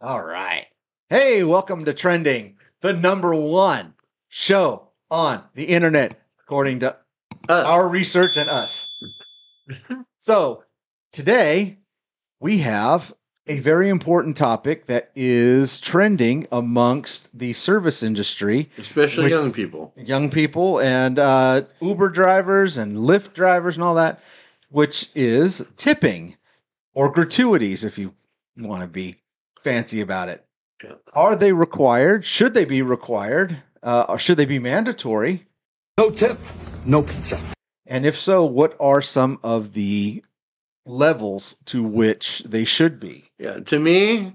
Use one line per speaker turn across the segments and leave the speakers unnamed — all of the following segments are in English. All right. Hey, welcome to Trending, the number one show on the internet, according to
Us.
our research and us. so today we have a very important topic that is trending amongst the service industry,
especially
Which-
young people.
young people and uh, Uber drivers and Lyft drivers and all that, which is tipping or gratuities if you want to be fancy about it.
Yeah.
Are they required? Should they be required? Uh, or should they be mandatory?
No tip, no pizza.
And if so, what are some of the levels to which they should be?
Yeah, to me,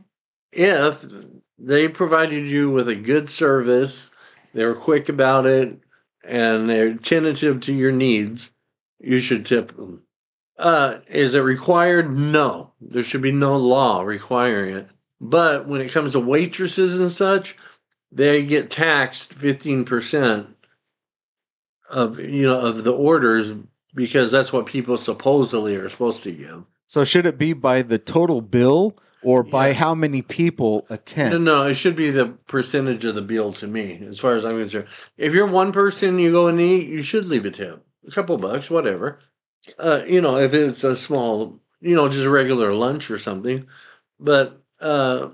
if they provided you with a good service, they were quick about it, and they're attentive to your needs, you should tip them. Uh, is it required? No, there should be no law requiring it. But when it comes to waitresses and such, they get taxed fifteen percent of you know of the orders because that's what people supposedly are supposed to give.
So should it be by the total bill or by
Yeah.
how many people attend?
No, no, it should be the percentage of the bill to me, as far as I'm concerned. If you're one person, you go and eat, you should leave a tip, a couple bucks, whatever. Uh, you know, if it's a small, you know, just regular lunch or something. But uh,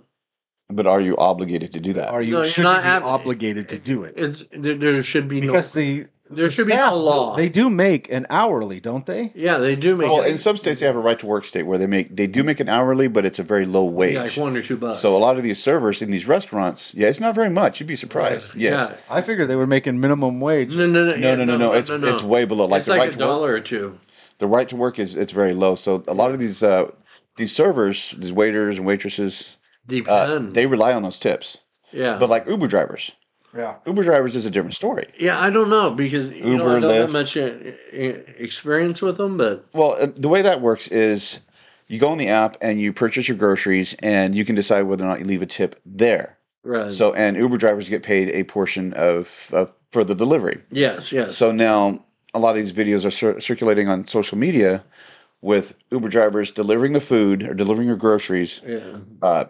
But are you obligated to do that?
Are you
No, you're
should you
not
be
ab-
obligated to do it?
it's there, there should be
because
no.
the
There
the
should be no law.
They do make an hourly, don't they?
yeah, they do make
well,
it
in some states, they have a right to work state where they make they do make an hourly, but it's a very low wage.
like one or two bucks.
so a lot of these servers in these restaurants, yeah, it's not very much. You'd be surprised. Yes.
Yeah.
I figured they were making minimum wage.
No, no, no, yeah,
No, no, no, no. It's it's way Uh, below. Like
it's
the
like
right
a
to work,
dollar or two.
the right to work is it's very low. So a lot of these uh, these servers, these waiters and waitresses, uh,
Depend.
they rely on those tips.
yeah.
But like Uber drivers,
Yeah.
Uber drivers is a different story.
Yeah, I don't know because you know, I
Uber,
don't have
Lyft.
much uh, e- experience with them, but
Well, uh, the way that works is you go on the app and you purchase your groceries, and you can decide whether or not you leave a tip there.
right.
So, and Uber drivers get paid a portion of, of for the delivery.
yes, yes,
So now a lot of these videos are cir- circulating on social media with Uber drivers delivering the food or delivering your groceries,
yeah,
uh,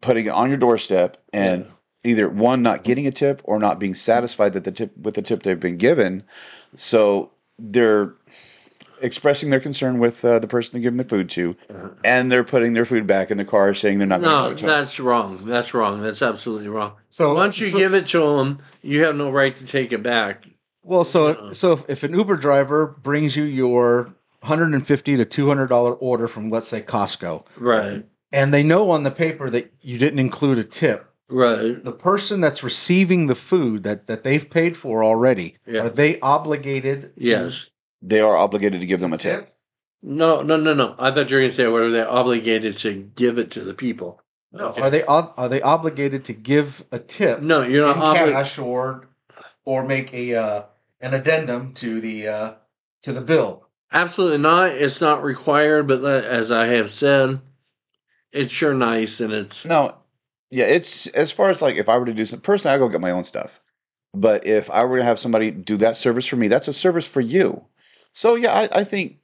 putting it on your doorstep, and
Yeah.
either one not getting a tip or not being satisfied that the tip with the tip they've been given. So they're expressing their concern with uh, the person they're giving the food to,
Uh-huh.
and they're putting their food back in the car, saying they're not
No,
going to give it to them.
that's wrong. That's wrong. That's absolutely wrong.
So
Once you
so-
give it to them, you have no right to take it back.
well, so
Yeah.
so if, if an Uber driver brings you your 150 to 200 dollar order from let's say Costco,
Right,
and they know on the paper that you didn't include a tip,
right.
the person that's receiving the food that that they've paid for already,
Yeah.
are they obligated? to
Yes.
They are obligated to give them a tip.
tip?
No, no, no, no. I thought you were going to say whether they're obligated to give it to the people.
No.
Okay.
Are they ob- are they obligated to give a tip?
No, you're
in
not obligated.
cash or or make a uh, an addendum to the uh, to the bill.
Absolutely not. It's not required. But le- as I have said, it's sure nice, and it's
No, yeah, it's as far as like if I were to do some personally, I go get my own stuff. But if I were to have somebody do that service for me, that's a service for you. So yeah, I, I think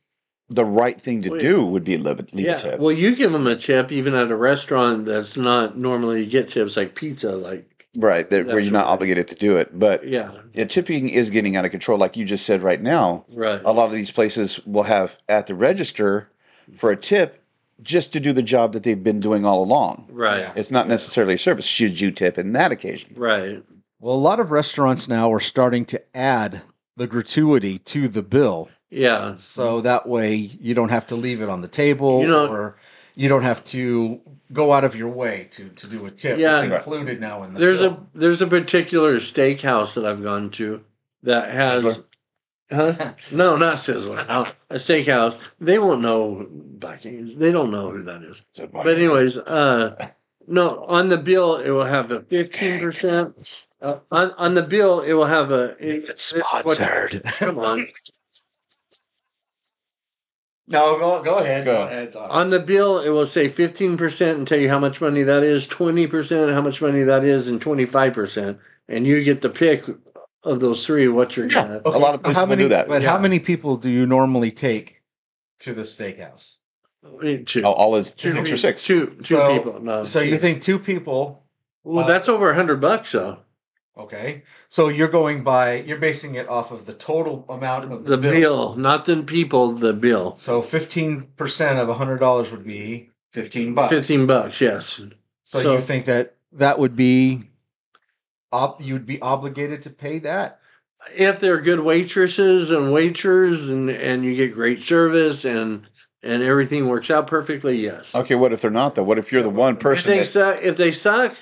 the right thing to
Well,
do would be leave, a- leave a tip.
Well, you give them a tip even at a restaurant that's not normally you get tips like pizza, like
right, that, where you're not
Absolutely.
obligated to do it. But
yeah,
yeah, tipping is getting out of control, like you just said right now.
right.
A lot of these places will have at the register for a tip just to do the job that they've been doing all along.
Right.
Yeah.
It's not necessarily a service. Should you tip in that occasion?
Right.
Well, a lot of restaurants now are starting to add the gratuity to the bill,
Yeah.
so that way you don't have to leave it on the table,
Mm-hmm. You know-
or you don't have to go out of your way to to do a tip.
Yeah.
it's included now in the
There's
bill.
a there's a particular steakhouse that I've gone to that has
Sizzler?
Huh? No, not Sizzler. No, a steakhouse. They won't know black Angus. They don't know who that is. But anyways, uh no, on the bill it will have a fifteen percent. Uh, on on the bill it will have a it, it's what-
sponsored.
come on.
no. Go go ahead.
Go.
ahead. Doc.
On the bill, it will say 15% and tell you how much money that is, 20% how much money that is, and 25%. And you get the pick of those three what you're
Yeah.
going to.
A lot of
How
places will
many-
do that.
But how
Yeah.
many people do you normally take to the steakhouse?
I mean, two.
Oh,
All, all is
Two
six
pe-
or six.
Two, two
So-
people. No,
So you
Um, two.
think two people?
Well,
uh,
that's over a hundred bucks though.
Okay, so you're going by you're basing it off of the total amount of
The bill, not the people. The bill.
So fifteen percent of hundred dollars would be fifteen bucks.
Fifteen bucks. Yes.
So,
so-
you think that that would be, ob- you'd be obligated to pay that?
if they're good waitresses and waiters and and you get great service and and everything works out perfectly yes
Okay, what if they're not though? What if you're the one
if
person
they
that,
suck if they suck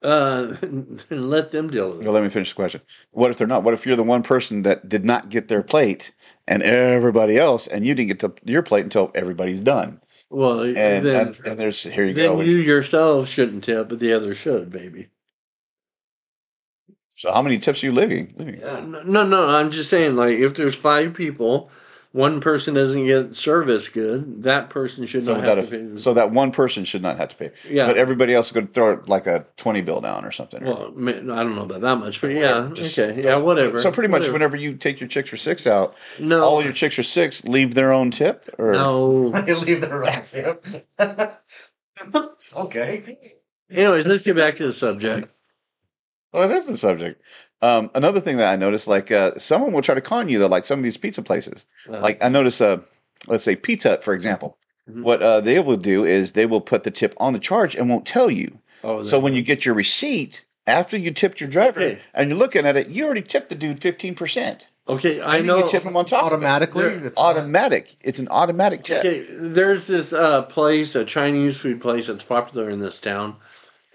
uh then let them deal with
Well,
it
let me finish the question. What if they're not? What if you're the one person that did not get their plate and everybody else and you didn't get to your plate until everybody's done?
well
And
then,
and, and there's here you
then
go.
you yourself shouldn't tip but the other should baby
so how many tips are you leaving? leaving?
Uh, no no i'm just saying like if there's five people one person doesn't get service good that person should
So
not
without
have
a,
to pay
so that one person should not have to pay.
yeah
But everybody else could throw like a twenty bill down or something. or-
well, ma- I don't know about that much, but
Whatever,
yeah,
just-
okay, yeah, whatever.
so pretty much
whatever.
whenever you take your chicks for six out,
No,
all your chicks for six leave their own tip or
no.
They leave their own tip. okay.
Anyways, let's get back to the subject.
Well, that is the subject. Um, another thing that I noticed, like uh, someone will try to con you, though, like some of these pizza places.
Uh,
Like I notice, uh, let's say Pizza Hut, for example.
Mhm.
What uh, they will do is they will put the tip on the charge and won't tell you.
oh,
So
that-
when you get your receipt after you tipped your driver
Okay.
and you're looking at it, you already tipped the dude fifteen percent.
okay, I know.
you tip him on top
Automatically,
They're
Of it.
that's
Automatic. It's an automatic tip.
Okay, there's this uh, place, a Chinese food place that's popular in this town,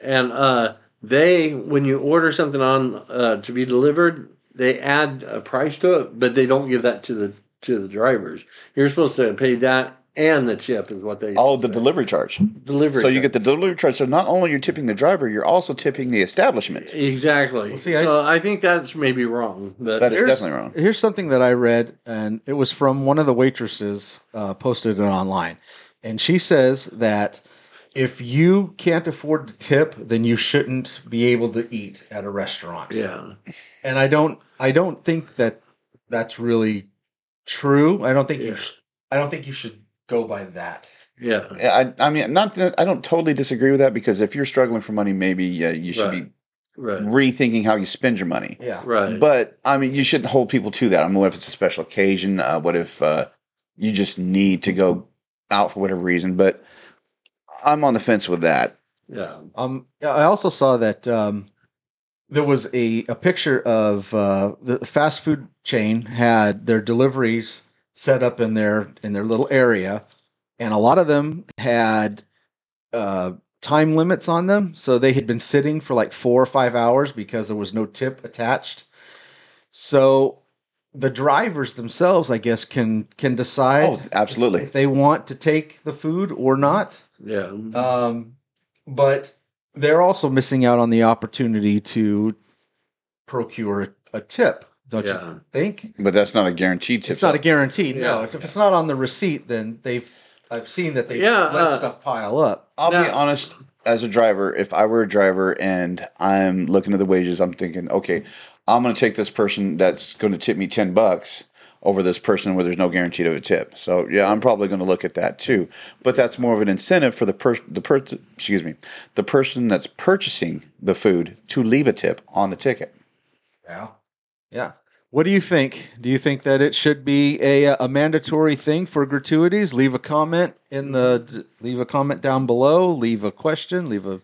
and uh, they, when you order something on uh, to be delivered, they add a price to it, but they don't give that to the to the drivers. You're supposed to pay that and the tip is what they
Oh, the delivery charge.
delivery.
So you get the delivery charge. So not only you're tipping the driver, you're also tipping the establishment.
exactly.
Well, see, I-
so I, think that's maybe wrong, but
That is
Here's-
definitely wrong.
Here's something that I read, and it was from one of the waitresses uh, posted it online. And she says that if you can't afford to tip, then you shouldn't be able to eat at a restaurant.
yeah.
And I don't I don't think that that's really true. I don't think
Yeah.
you sh- I don't think you should go by that.
Yeah.
I, I mean, not that I don't totally disagree with that because if you're struggling for money, maybe yeah, you should
Right.
be
Right.
rethinking how you spend your money.
Yeah.
Right.
But I mean, you shouldn't hold people to that. I mean, what if it's a special occasion? Uh, what if uh, you just need to go out for whatever reason? But I'm on the fence with that.
yeah.
Um, I also saw that um, there was a, a picture of uh, the fast food chain had their deliveries set up in their in their little area, and a lot of them had uh, time limits on them, so they had been sitting for like four or five hours because there was no tip attached. So the drivers themselves, I guess, can can decide
Oh, absolutely.
if they want to take the food or not.
Yeah.
Oh,
Um, but they're also missing out on the opportunity to procure a, a tip, don't
yeah.
you think?
But that's not a guaranteed tip.
It's not a guarantee. No,
Yeah.
it's, if it's not on the receipt, then they've I've seen that they
Yeah,
let
uh,
stuff pile up.
I'll be
No.
honest. As a driver, if I were a driver and I'm looking at the wages, I'm thinking, okay, I'm going to take this person that's going to tip me ten bucks over this person where there's no guarantee of a tip. So yeah, I'm probably going to look at that too. But that's more of an incentive for the person, the per- excuse me, the person that's purchasing the food to leave a tip on the ticket.
Yeah, yeah. What do you think? Do you think that it should be a, a mandatory thing for gratuities? Leave a comment in the leave a comment down below. Leave a question. Leave a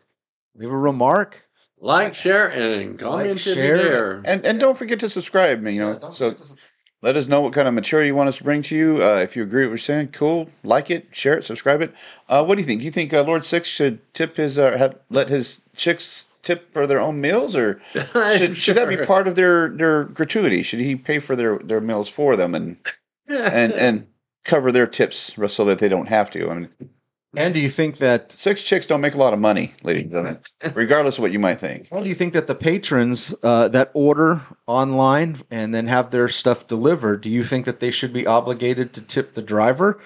leave a remark.
Like, share, and comment if you
share.
dare.
And and don't forget to subscribe. You know, so Let us know what kind of material you want us to bring to you. Uh, if you agree with what we're saying, cool. Like it, share it, subscribe it. Uh, what do you think? Do you think uh, Lord Six should tip his uh, have, let his chicks tip for their own meals, or should, should that be
Uh, Sure.
part of their their gratuity? Should he pay for their their meals for them and and and cover their tips so that they don't have to? I mean,
And do you think that
six chicks don't make a lot of money, ladies and gentlemen, regardless of what you might think.
Well, do you think that the patrons uh, that order online and then have their stuff delivered, do you think that they should be obligated to tip the driver?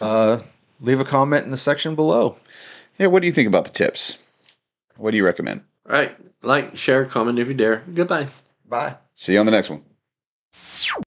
Uh, leave a comment in the section below.
Yeah, what do you think about the tips? What do you recommend?
All right. Like, share, comment if you dare. Goodbye.
Bye.
See you on the next one.